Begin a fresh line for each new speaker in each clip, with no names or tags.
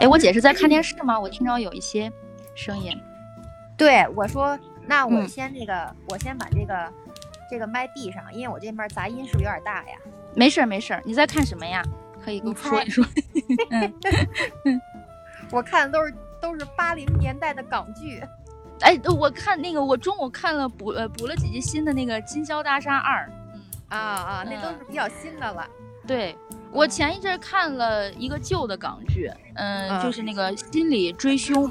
哎，我姐是在看
嗯
电视吗？我听着有一些声音。
对，我说，那我
嗯
先那个，我先把这个这个麦闭上，因为我这边杂音是不是有点大呀？
没事儿，没事儿。你在看什么呀？可以跟我
你猜
说一说。
我看的都是都是八零年代的港剧，
哎，我看那个，我中午看了补呃补了几集新的那个《金宵大厦二》。嗯，
啊啊，那都
嗯
是比较新的了。
对我前一阵儿看了一个旧的港剧，嗯、
嗯
就是那个《心理追凶》，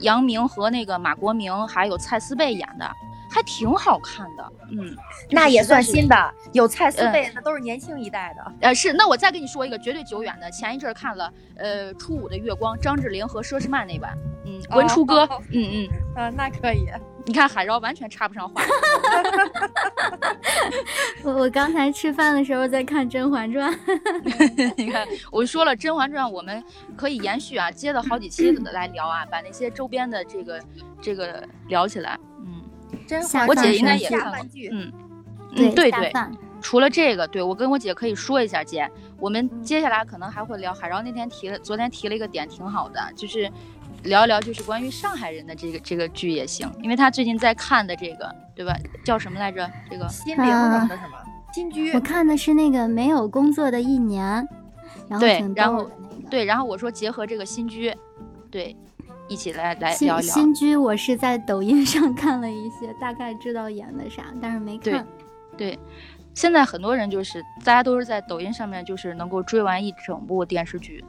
杨明和那个马国明还有蔡思贝演的，还挺好看的。嗯，
那也算
新。
新的，有蔡思
嗯
贝，那都是年轻一代的。
呃，是，那我再跟你说一个绝对久远的，前一阵儿看了，呃，《初五的月光》，张智霖和佘诗曼那版，嗯，文初哥，
哦
嗯嗯，
啊，那可以。
你看海饶完全插不上话，
我我刚才吃饭的时候在看《甄嬛传》，
你看我说了《甄嬛传》，我们可以延续啊，接着好几期来聊啊，把那些周边的这个这个聊起来，嗯
真
下
话，
我姐应该也看
下
过
饭剧。
嗯嗯，对
下
对，
饭
除了这个，对我跟我姐可以说一下，姐，我
嗯
们接下来可能还会聊。海饶那天提了，昨天提了一个点，挺好的，就是聊一聊就是关于上海人的这个这个剧也行，因为他最近在看的这个，对吧？叫什么来着？这个
心灵什么的什 么金居
我，看的是那个没有工作的一年，然后
对
挺
然
逗
后
的那个。
对，然后我说结合这个新居，对，一起来来聊
新
一聊。
新居我是在抖音上看了一些，大概知道演的啥，但是没
对
看。
现在很多人就是大家都是在抖音上面就是能够追完一整部电视剧，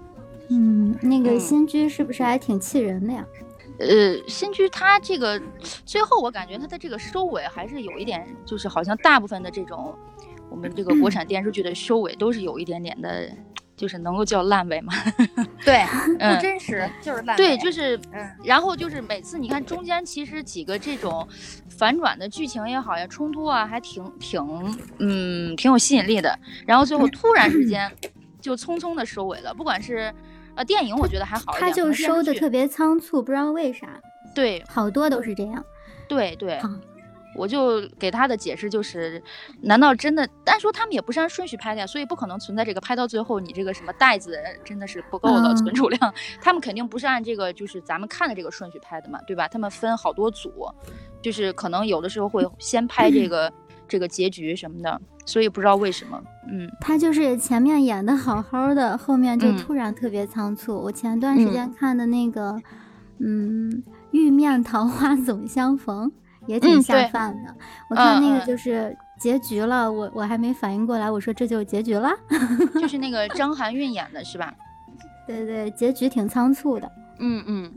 嗯，那个
嗯
新居是不是还挺气人的呀？
呃，新居它这个最后，我感觉它的这个收尾还是有一点，就是好像大部分的这种我们这个国产电视剧的收尾都是有一点点的，就是能够叫烂尾嘛。
对，
嗯
不真实，就是烂尾。
对，就是
嗯，
然后就是每次你看中间其实几个这种反转的剧情也好呀，冲突啊，还挺挺嗯挺有吸引力的。然后最后突然之间就匆匆的收尾了，不管是呃电影，我觉得还好一点，
他就收的特
别
别仓促，不知道为啥，
对
好多都是这样。
对对
嗯，
我就给他的解释就是，难道真的？按说他们也不是按顺序拍的呀，所以不可能存在这个拍到最后你这个什么袋子真的是不够的
嗯
存储量，他们肯定不是按这个就是咱们看的这个顺序拍的嘛，对吧？他们分好多组，就是可能有的时候会先拍这个、这个结局什么的，所以不知道为什么，嗯
他就是前面演的好好的，后面就
嗯
突然特别仓促。我前段时间看的那个，嗯，玉面桃花 总相逢》也挺
嗯
下
对
饭的。我看那
嗯嗯
个就是结局了，我我还没反应过来，我说这就结局了。
就是那个张含韵演的是吧？
对对，结局挺仓促的。
嗯嗯，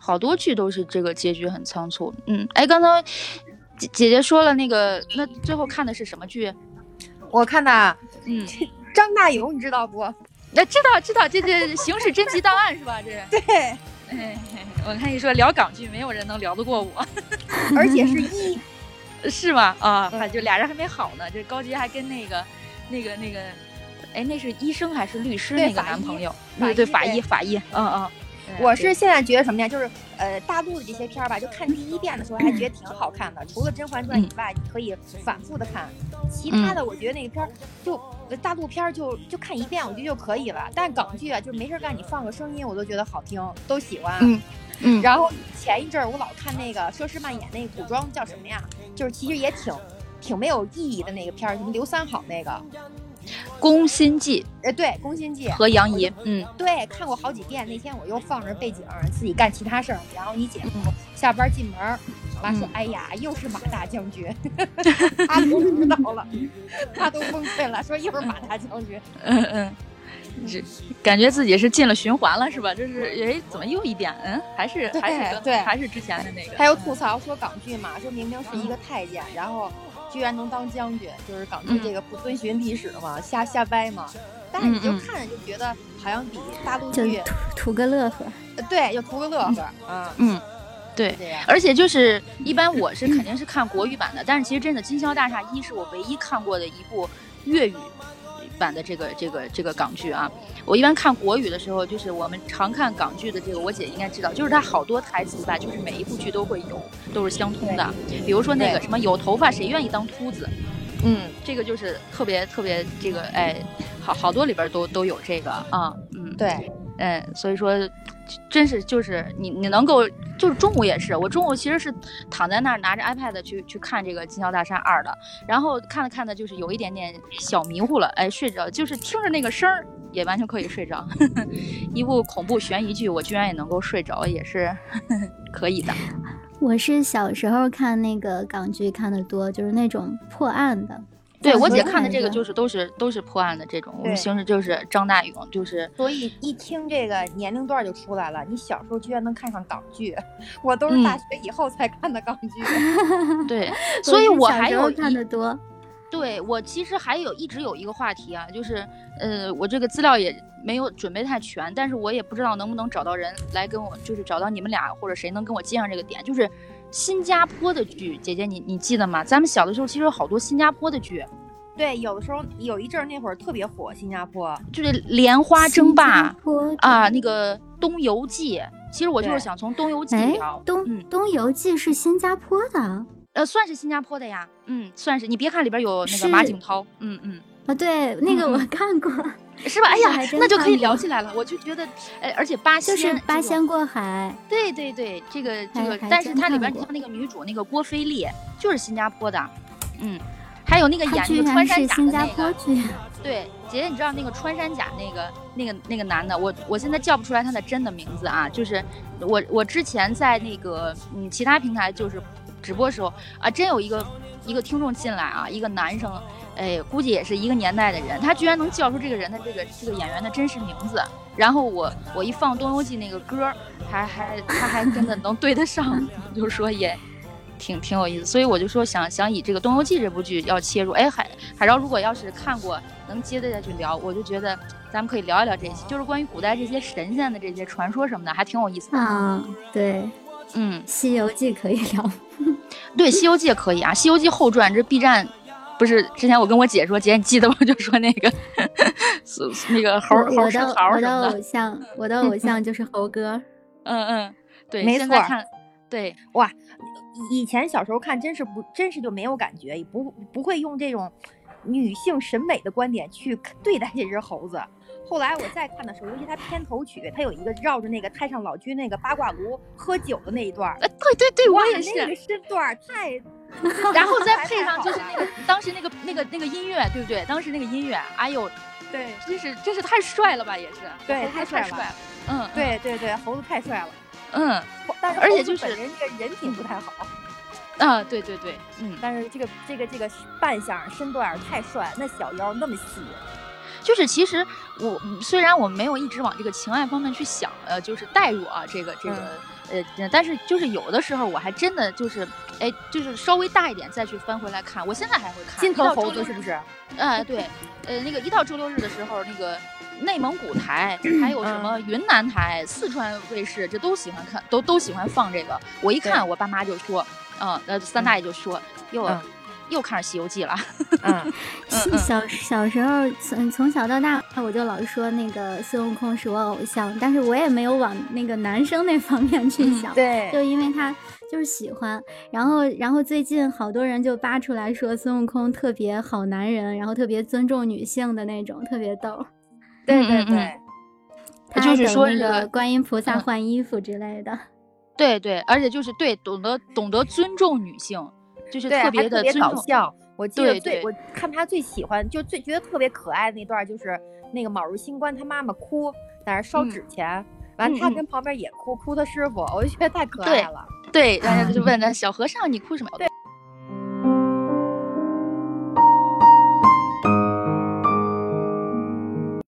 好多剧都是这个结局很仓促。嗯，哎，刚才姐姐姐说了那个，那最后看的是什么剧？
我看呐，
嗯，
张大勇，你知道 不？
那知道知道，这这刑事侦缉档案是吧？这，
对，
哎，我看你说聊港剧，没有人能聊得过我，
而且是一，
是吗？啊，
嗯
反正俩人还没好呢，这高洁还跟那个那个那个，哎，那是医生还是律师
对
那个
法医
男朋友？
法
对对，
医
法
对
医法医，嗯嗯，对
我是现在觉得什么呀？就是呃，大陆的这些片儿吧，就看第一遍的时候还觉得挺好看 的，除了《甄嬛
嗯
传》以外，你可以反复的看。其他的，我觉得那个片儿就呃大陆片儿就就看一遍，我觉得就可以了。但港剧啊，就没事儿干，你放个声音，我都觉得好听，都喜欢。
嗯嗯
然后前一阵儿我老看那个佘诗曼演那个古装叫什么呀？就是其实也挺挺没有意义的那个片儿，什么刘三好那个，
宫心计
呃，对，《宫心计》
和杨怡，嗯
对，看过好几遍。那天我又放着背景，自己干其他事儿。然后你姐夫下班进门儿，我妈说：“
嗯
哎呀，又是马大将军。”他都知道了，他都崩溃了，说又是马大将军。
嗯嗯。这感觉自己是进了循环了，是吧？就是哎，怎么又一遍？嗯，还是还是
对
跟
对
还是之前的那个。
他又吐槽说港剧嘛，说明明是
嗯
一个太监，然后居然能当将军，就是港剧
嗯
这个不遵循历史嘛，瞎瞎掰嘛。但是你就
嗯嗯
看着就觉得好像比大陆
就
剧，
图图个乐呵，
呃对，就图个乐呵啊，
嗯，对
是。这样。
而且就是一般我是肯定是看国语版的，但是其实真的《金宵大厦一》是我唯一看过的一部粤语版的这个这个这个港剧啊。我一般看国语的时候，就是我们常看港剧的这个，我姐应该知道，就是它好多台词吧，就是每一部剧都会有，都是相通的。比如说那个
对
什么有头发谁愿意当秃子，
嗯，
这个就是特别特别这个哎，好好多里边都都有这个啊，嗯，
对，
嗯，所以说，真是就是你你能够就是中午也是，我中午其实是躺在那儿拿着 iPad 去去看这个《金宵大厦二》的，然后看着看着就是有一点点小迷糊了，哎，睡着，就是听着那个声儿也完全可以睡着。 一部恐怖悬疑剧，我居然也能够睡着，也是 可以的。
我是小时候看那个港剧看的多，就是那种破案的。
对我
所
姐
以
看的这个
感觉
就是都是都是破案的这种，我们
对
平时就是张大勇，就是
所以一听这个年龄段就出来了，你小时候居然能看上港剧，我都
嗯
是大学以后才看的港剧。
对，所以
是
我
小
还
时候
有
看
一
的多。
对我其实还有一直有一个话题啊，就是呃，我这个资料也没有准备太全，但是我也不知道能不能找到人来跟我，就是找到你们俩或者谁能跟我接上这个点，就是新加坡的剧，姐姐你你记得吗？咱们小的时候其实有好多新加坡的剧，
对，有的时候有一阵儿那会儿特别火，新加坡。
就是《莲花争
新
霸
加》坡
啊，那个《东游记》，其实我就是
对
想从《东游记》
哎
聊，，
东、
嗯
东游记是新加坡的啊？
呃，算是新加坡的呀，嗯，算是。你别看里边有那个马
是
景涛，嗯嗯，
啊对，那个
嗯
我
嗯
看过，
是吧？哎
还
呀，
真
那就可以
看过
聊起来了。我就觉得，哎，而且八仙
就是八
这种
仙过海。
对对对，这个这
还
个，
还
但是
真
它里边
看过
像那个女主那个郭菲丽，就是新加坡的，嗯，还有那个
他
演那
居
个
然
穿山
是
甲
新
的
加
那
坡
个，
剧，
对，姐姐你知道那个穿山甲那个那个那个男的，我我现在叫不出来他的真的名字啊，就是我我之前在那个嗯其他平台就是直播时候啊，真有一个一个听众进来啊，一个男生，哎，估计也是一个年代的人，他居然能叫出这个人的这个这个演员的真实名字。然后我我一放《东游记》那个歌儿，还还他还真的能对得上， 我就说也挺挺有意思。所以我就说想想以这个《东游记》这部剧要切入，哎，海海饶如果要是看过能接着再去聊，我就觉得咱们可以聊一聊这些，就是关于古代这些神仙的这些传说什么的，还挺有意思的。
啊，对，
嗯，
《西游记》可以聊。
对，《西游记》也可以啊，《西游记后传》这 B 站。不是，之前我跟我姐说，姐你记得吗？ 就说那个，是那个猴
我
儿猴
我
生
的
蚝儿
我
什么
的
的，
偶像，我的偶像就是猴哥。
嗯嗯，对，
没
现在
错儿
看，对，
哇，以以前小时候看真是不真是就没有感觉，也不不会用这种女性审美的观点去看对待这只猴子。后来我再看的时候，尤其它片头曲，它有一个绕着那个太上老君那个八卦炉喝酒的那一段儿，
呃，对对对，
哇
我也
那个
是，
身段儿太，
然后再
太
配上就是
好
那个当时那个那个那个音乐，对不对？当时那个音乐，哎呦，
对
真是真是太帅了吧，也是，
对
猴哥太
太帅了
了，嗯，嗯，
对对对，猴子太帅了，
嗯，
但是
而且
猴子
就是
本人这个人品不太好，
啊，对对对，嗯，
但是这个这个这个扮相身段儿太帅，那小腰那么细，
就是其实我嗯虽然我没有一直往这个情爱方面去想，呃，就是代入啊，这个这个、
嗯
呃，但是就是有的时候我还真的就是，哎，就是稍微大一点再去翻回来看，我现在还会看。
金
一
头
到
猴
周六
子是不是？
呃，对，呃，那个一到周六日的时候，那个内蒙古 台，还有什么
嗯
云南台、四川卫视，这都喜欢看，都都喜欢放这个。我一看，我爸妈就说，嗯、呃，三大爷就说，又、
嗯
又看上《西游记》了。
嗯。
嗯
是
嗯
小小时候从从小到大，我就老说那个孙悟空是我偶像，但是我也没有往那个男生那方面去
嗯
想。
对
就因为他就是喜欢，然后然后最近好多人就扒出来说孙悟空特别好男人，然后特别尊重女性的那种，特别逗。
对对
嗯嗯
对，
他
哎就是
等
说
那
这
个
个
观音菩萨
嗯
换衣服之类的，
对对，而且就是对懂得懂得尊重女性，就是
对，
特
还
别
特
的
别
尊
搞
重。
笑。我记得
对
最
对
我看他最喜欢就最觉得特别可爱的那段，就是那个卯日星官他妈妈哭，在那儿烧
嗯
纸钱，完
嗯
他
嗯
跟旁边也哭，哭他师傅，我就觉得太可
对
爱了。
对，然后就问他小和尚，你哭什么？
对